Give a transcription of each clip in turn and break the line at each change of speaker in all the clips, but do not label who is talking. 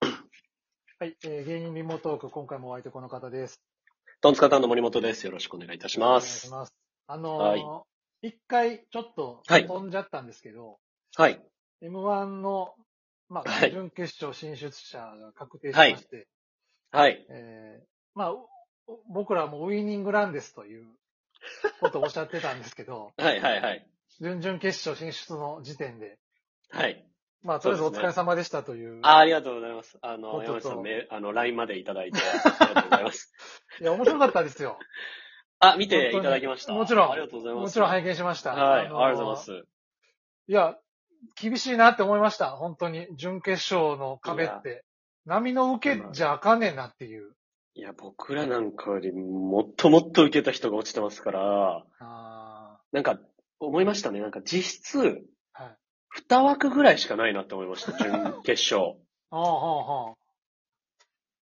はい、えー芸人リモートーク、今回もお相手この方です。
トンツカタンの森本です。よろしくお願いいたしま
お願い
す。
します。あのー
はい
一回ちょっと
はい
飛んじゃったんですけど、
はい。
M1 の、ま
は
あ、
い
準決勝進出者が確定しまして、
はい。、
えーまあ、う僕らもウイニングランですということをおっしゃってたんですけど
はいはいはい。
準々決勝進出の時点で、
はい。
まあ、とりあえず
そう
お
で
疲
すね
れ様でしたという。
あありがとうございます。あの、
本当
山内さ、
そうん
めあの、LINE までいただいて、ありがとうございます。
いや、面白かったですよ。
あ、見ていただきました。
もちろん
ありがとうございます。
もちろん
はい。
拝見しました。
あり
のー
がとうございます。
いや、厳しいなって思いました。本当に。準決勝の壁って。波の受けじゃあかねえなっていう。
いや、僕らなんかよりもっともっと受けた人が落ちてますから、
あ
なんか、思いましたね。なんか実質、
ーはい。
二枠ぐらいしかないなって思いました。準決勝。
ああ、はあ、はあ。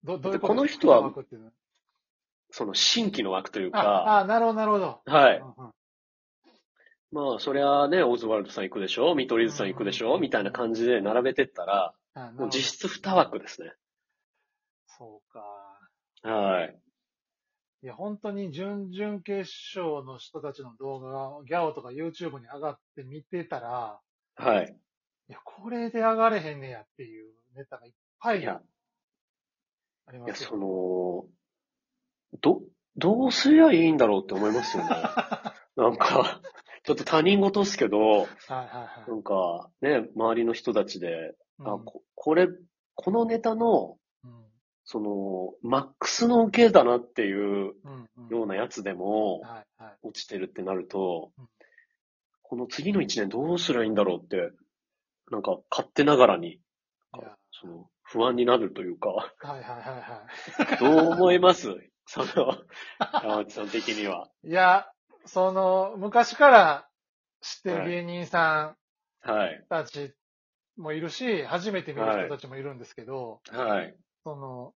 ど、どういうこと
この人は
ワクワクっていうの
その新規の枠という
あ
か、
あ、なるほど、なるほど。
はい。
うんうん
まあ、そりゃあね、オズワルドさん行くでしょ見取り図さん行くでしょみたいな感じで並べてったら、
あなるほ
もう
ど
実質2枠ですね。
そうか。
はい。
いや、本当に準々決勝の人たちの動画が、ギャオとか YouTube に上がって見てたら、
はい。
いや、これで上がれへんねやっていうネタがいっぱ
い
い
や
あ、り
い
ま
や、
すよ
その、ど、どうすりゃいいんだろうって思いますよ ね。なんか、ちょっと他人事っすけど、
はいはいはい
なんか、ね、周りの人たちで、
うん。
あ、ここれ、このネタの、
うん
その、マックスの受けだなっていう
うんうん
ようなやつでも、
はいはい。
落ちてるってなると
うん、
この次の一年どうすりゃいいんだろうって、なんか勝手ながらに、
いや
その不安になるというか、
はいはいはいは
どう思います その、山内さん的には。
い。いや、その、昔から知ってる芸人さ
はい
ん。たちもいるし、初めて見る人たちもいるんですけど、
はい。
その、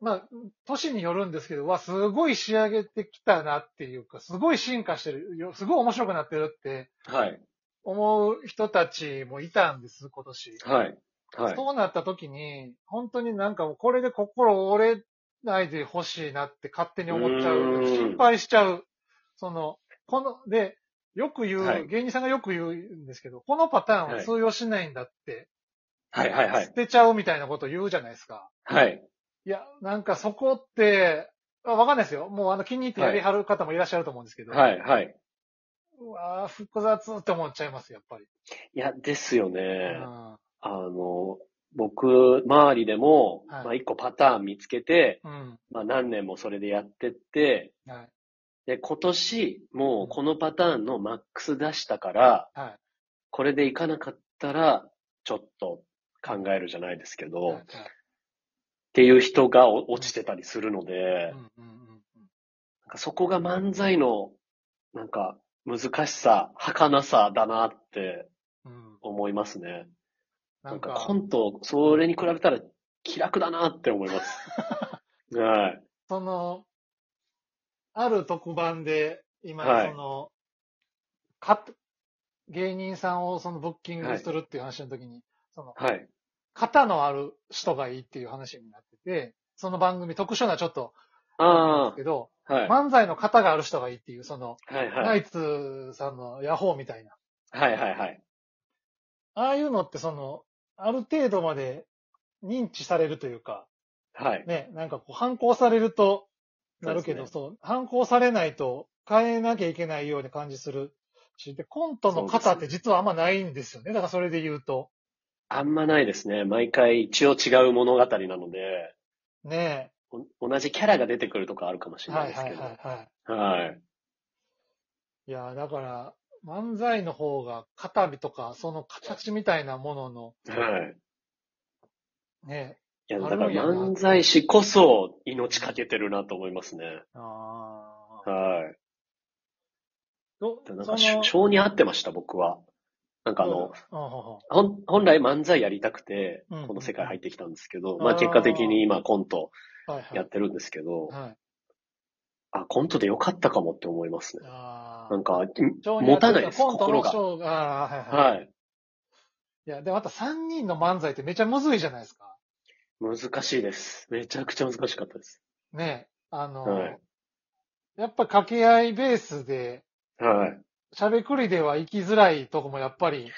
まあ、年によるんですけど、わ、すごい仕上げてきたなっていうか、すごい進化してるよ、すごい面白くなってるって
はい。
思う人たちもいたんです、今年。
はい。はい。
そうなった時に、本当になんかもうこれで心折れないでほしいなって勝手に思っちゃ
う
う。
ーん
心配しちゃう。その、この、で、よく言う、
はい
芸人さんがよく言うんですけど、このパターンは通用しないんだって、
はい。はい。は
捨
い。
てちゃうみたいなこと言うじゃないですか。
はい。
いや、なんかそこって、あわかんないですよ。もうあの気に入ってやりはる方もいらっしゃると思うんですけど。
はい。はい。
うわー複雑って思っちゃいます、やっぱり。
いや、ですよ
う
ね。
ん。
あの、僕、周りでも、
はい
まあ一個パターン見つけて、
うん。
まあ何年もそれでやってって、
はい。
で、今年、もうこのパターンのマックス出したから、
はい。
これでいかなかったら、ちょっと考えるじゃないですけど、
はいは
っ
い
ていう人がお落ちてたりするので、
うんうんうんうん
なんかそこが漫才の、なんか、難しさ、儚さだなって
うん
思いますね。
な
なん
ん
か
か、
コント、それに比べたら気楽だなって 思います。はい。
その、ある特番で、今、
はい
その、カット芸人さんをそのブッキングするっていう話の時に、その、
はい。
肩のある人がいいっていう話になってて、その番組特殊なちょっと、なんで
あ
すけど、
あ、はい。
漫才の肩がある人がいいっていう、その、
はい
ナ
はい。
イツさんのヤホーみたいな。
はいはいはい。
ああいうのってその、ある程度まで認知されるというか、
はい。
ね、なんかこう反抗されると、なるけど、そう,、反抗されないと変えなきゃいけないような感じするし、で、コントの型って実はあんまないんですよね。だからそれで言うと。
あんまないですね。毎回一応違う物語なので、
ね
お同じキャラが出てくるとかあるかもし
え。
れな
はいい
です
は
け
い
ど。
はいは
はい。
い。いや、だから、漫才の方が肩身とか、その形みたいなものの、
はい。
ね
いや、
あ
だ
る
か
ん
ら
やな
漫才師こそ命かけてるなと思いますね。
ああ。
は
ど
い。な
そ
んか
の
し、性に合ってました、僕は。なんかあ
どう
の、
だうんうんうん
ほん本来漫才やりたくて
うんうん、
この世界入ってきたんですけど、
あー
まあ結果的に今コント
はいはい。
やってるんですけど、
はい。
あ、コントでよかったかもって思いますね。
あ
なんか、ん
あ。
持たないです、
コントの
心が。
章が、ああ、はいはい。
はい。
いや、で、また3人の漫才ってめちゃむずいじゃないですか。
難しいです。めちゃくちゃ難しかったです。
ね、あの、
はい
やっぱ掛け合いベースで、
はい。
しゃべくりでは行きづらいとこもやっぱり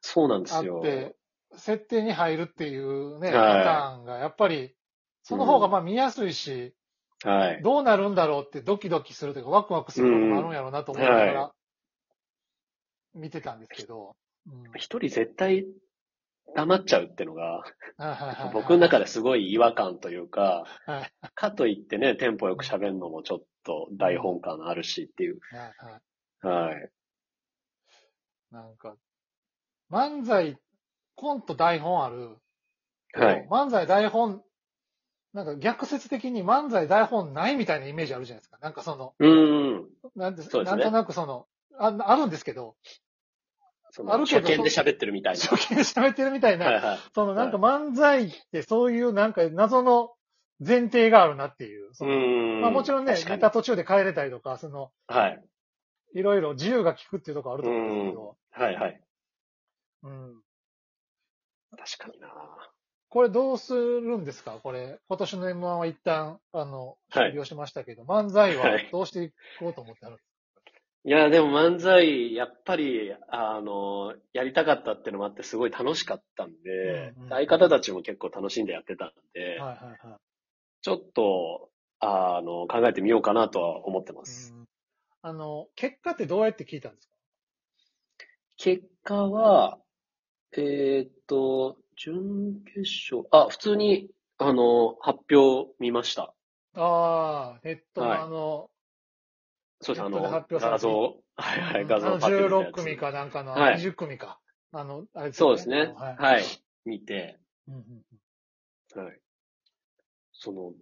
そうなんで
あっ
すよ。
て、設定に入るっていうね、パタ
はい
ーンが、やっぱり、その方がまあ見やすいし、
はい。
どうなるんだろうってドキドキするというか、ワクワクすることもあるんやろうなと思いなが
うん
ら、見てたんですけど。うん
一人絶対黙っちゃうってのが、
はいはいはいはい
僕の中ですごい違和感というか
はい、
かといってね、テンポよく喋るのもちょっと台本感あるしっていう。
はいはい
はい。
なんか、漫才、コント台本ある。
はい。
漫才台本、なんか逆説的に漫才台本ないみたいなイメージあるじゃないですか。なんかその、
うーん。
なんて
そうです
な
ね
んとなくその、ああるんですけど、
そ
ある
の初
けど
見で喋ってるみたい
初見で喋ってるみたい
な。
な、
はいはい。
そのなんか漫才ってそういうなんか謎の前提があるなっていう。
う
その
ーん。
まあもちろんね、
確か
ネ
に
タ途中で変えれたりとか、その、
はい。
いろいろ自由が利くっていうところあると思うんですけど、
はいはい。
うん。
確かにな
これどうするんですかこれ、今年の M1 は一旦、あの、
はい
終了しましたけど、漫才は
はい
どうしていこうと思ってある
いや、でも漫才、やっぱり、あの、やりたかったってのもあって、すごい楽しかったんで、
うんうん
相方たちも結構楽しんでやってたんで、
はいはいはい。
ちょっと、あの、考えてみようかなとは思ってます。
うんあの、結果ってどうやって聞いたんですか
結果は、えーっと、準決勝、あ、普通に、あの、発表見ました。
ああ、ネットの
はい
あの、
そうです、あ
ネットで
の
発、表されて
画像、はいはい、
うん
画像
あの
パッて見たやつ
16組かなんかの、
はい
20組か。あの、あれ
そうですね。
はい。
はい、見て、
うんうん
はい。その、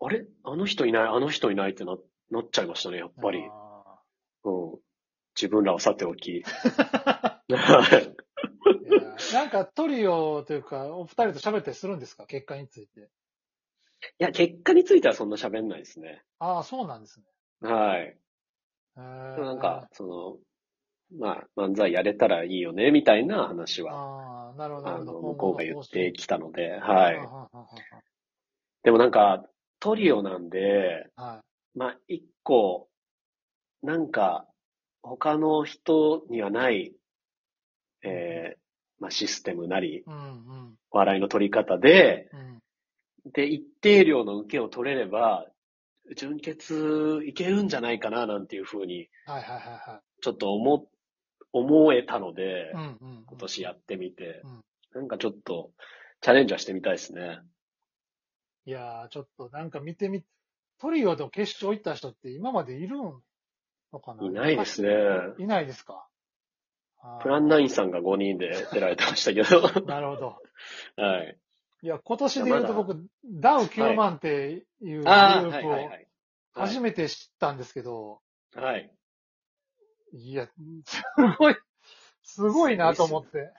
あれあの人いない、あの人いないってな、なっちゃいましたね、やっぱり。うん。
あ
自分らはさて おき。は
ー
い
いやなんかトリオというか、お二人と喋ったりするんですか結果について。
いや、結果についてはそんな喋んないですね。
ああ、そうなんですね。
はい。
な
なんか、、その、まあ、漫才やれたらいいよね、みたいな話
あ
は、
あ、なるほど、
あ
なる
の、
ほど。
向こうが言ってきたので、
た
はい。でもなんか、トリオなんで、
は
まあ、一個、なんか、他の人にはない、えー、まあ、システムなり、
い。うんうん
笑いの取り方で、
うん。
で、一定量の受けを取れれば、純潔いけるんじゃないかな、なんていうふうに、
はいはいはいは
ちょっと思、思えたので、
い。うんうん。
今年やってみて、
うん
なんかちょっと、チャレンジはしてみたいですね。
いやー、ちょっとなんか見てみ、トリオでも決勝行った人って今までいるのかないい
ないですね。。
いないですか。あー
プランナインさんが5人で出られてましたけ ど、
なるほど。
はい。
いや、今年で言う
いや
と
まだ
僕、ダウ9万っていうグル
ああ、
ー
はい
プ
はい
を
はい。
初めて知ったんですけど、
はい。
いや、すごい、すごいなと思って。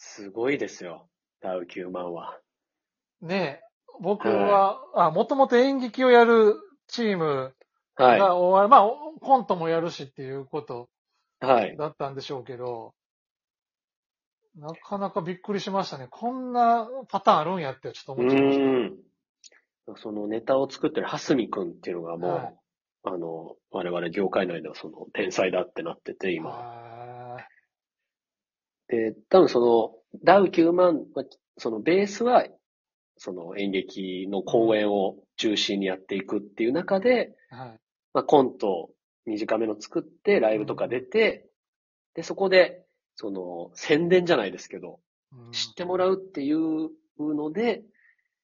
すごいですよ。ダウ9万は。
ねえ、僕は、あ、もともと演劇をやるチーム
は
がお笑い、まあ、おコントもやるしっていうこと
い。はい。
だったんでしょうけど、なかなかびっくりしましたね。こんなパターンあるんやってちょっと
う
思っちゃいまし
ーん。そのネタを作ってるハスミ君っていうのがもう、
はい
あの、我々業界内ではその天才だってなってて、
た。
今。
は
で、多分その、ダウ9万は、そのベースは、その演劇の公演を中心にやっていくっていう中で、
い。はい。
まあ、コント短めの作って、ライブとか出て、で、そこで、その、宣伝じゃないですけど、
うん
知ってもらうっていうので、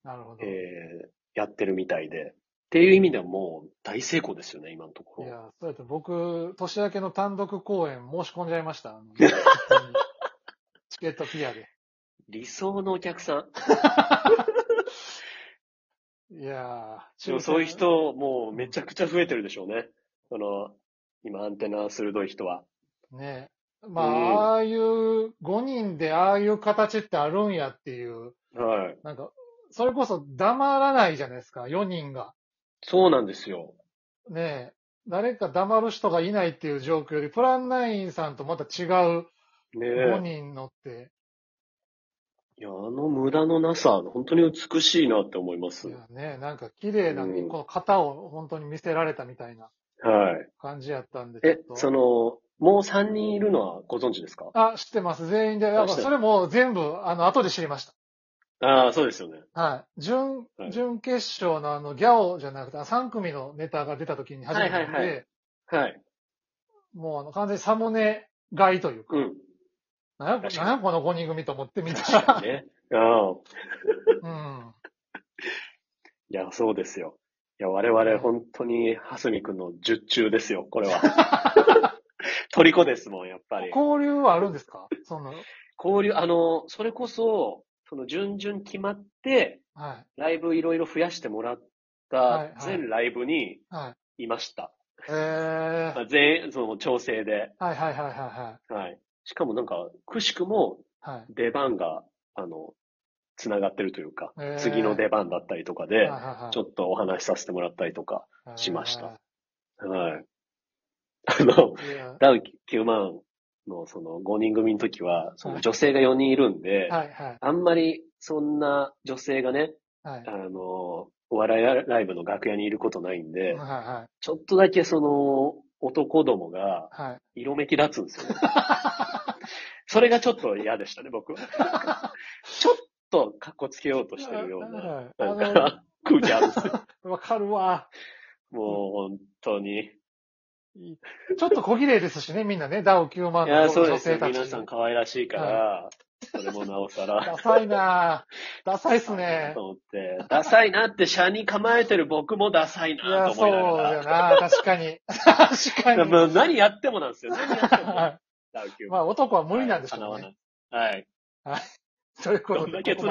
なるほど。
えーやってるみたいで。っていう意味ではもう大成功ですよね、今のとこ
い
ろ。
や、そうやって僕、年明けの単独公演申し込んじゃいました。あ のチケットピアで。
理想のお客さ
いや
ん。でもそういう人、もうめちゃくちゃ増えてるでしょうね。その、今アンテナ鋭い人は。
ねえ。まあ、
うん
ああいう、5人でああいう形ってあるんやっていう、
はい。
なんか、それこそ黙らないじゃないですか、4人が。
そうなんですよ。
ねえ。誰か黙る人がいないっていう状況で、プランナインさんとまた違う
ね
5
え。
人乗って、
いや、あの無駄のなさ、本当に美しいなって思います。
い
は
やね、なんか綺麗な、こ
うん。
の型を本当に見せられたみたいない感じやったんで、
え
ち、ょっと
その、もう3人いるのはご存知ですか
あ、知ってます。全員で。あ
知ってる
それも全部、あの、後で知りまし
ああ、そうですよね。
た。はい。準
は、い
準決勝のあの、ギャオじゃなくて、3組のネタが出た時に初めてなんで、
はいはいははい。
もうあの、完全にサムネ買いというか、
うん。
なんや
確かに
なんやこの5人組と思ってみた、
確からにね。ああ。
うん。
いや、そうですよ。いや、我々本当に、はすみくんの術中ですよ、これは。 虜ですもん、やっぱり。
交流はあるんですかその、
交流、あの、それこそ、その、順々決まって、
はい。
ライブいろいろ増やしてもらっ
はいはい
た、全ライブに
はい。
いました。
えー
ま。あ全、その、調整で。
はいはいはいはいは
はい。しかもなんか、くしくも、
い。はい。
出番が、あの、つながってるというか
へー、
次の出番だったりとかで、ちょ
っ
っとお話しさせてもらったりとか、
と
しました。 はい。あの、
いや
ダウ9万のその5人組の時は、そ
は
の
い
女性が4人いるんで、
はいはい
あんまりそんな女性がね、
はい
あ。の、お笑いライブの楽屋にいることないん
は
で、
いはい
ちょっとだけその、男どもが
はい。
色めき立つんで すよね。それがちょっと嫌でしたね、僕は。 ちょっと格好つけようとしてるような、
はい
なん
あの
か空気あるんですよ。
わかるわ。
もう本当 に。
ちょっと小綺麗ですしね、みんなね、ダウ9万
いや、
の
そう
女
ですよ
性。たち。
皆さん可愛らしいから、それもなおさら。
ダサいなぁ。ダサいっすね
と。思って、ダサいなって、車に構えてる僕もダサい
い
な
や、
と
そ
思
う
いなが
だ
ら。
よな確か に。確かに。
もう何やってもなんですよ。何やっても。
はい
ダウキュー
まあ、男は無理なんでしょうね。
はい。
ということ
ど
で
ん。な結論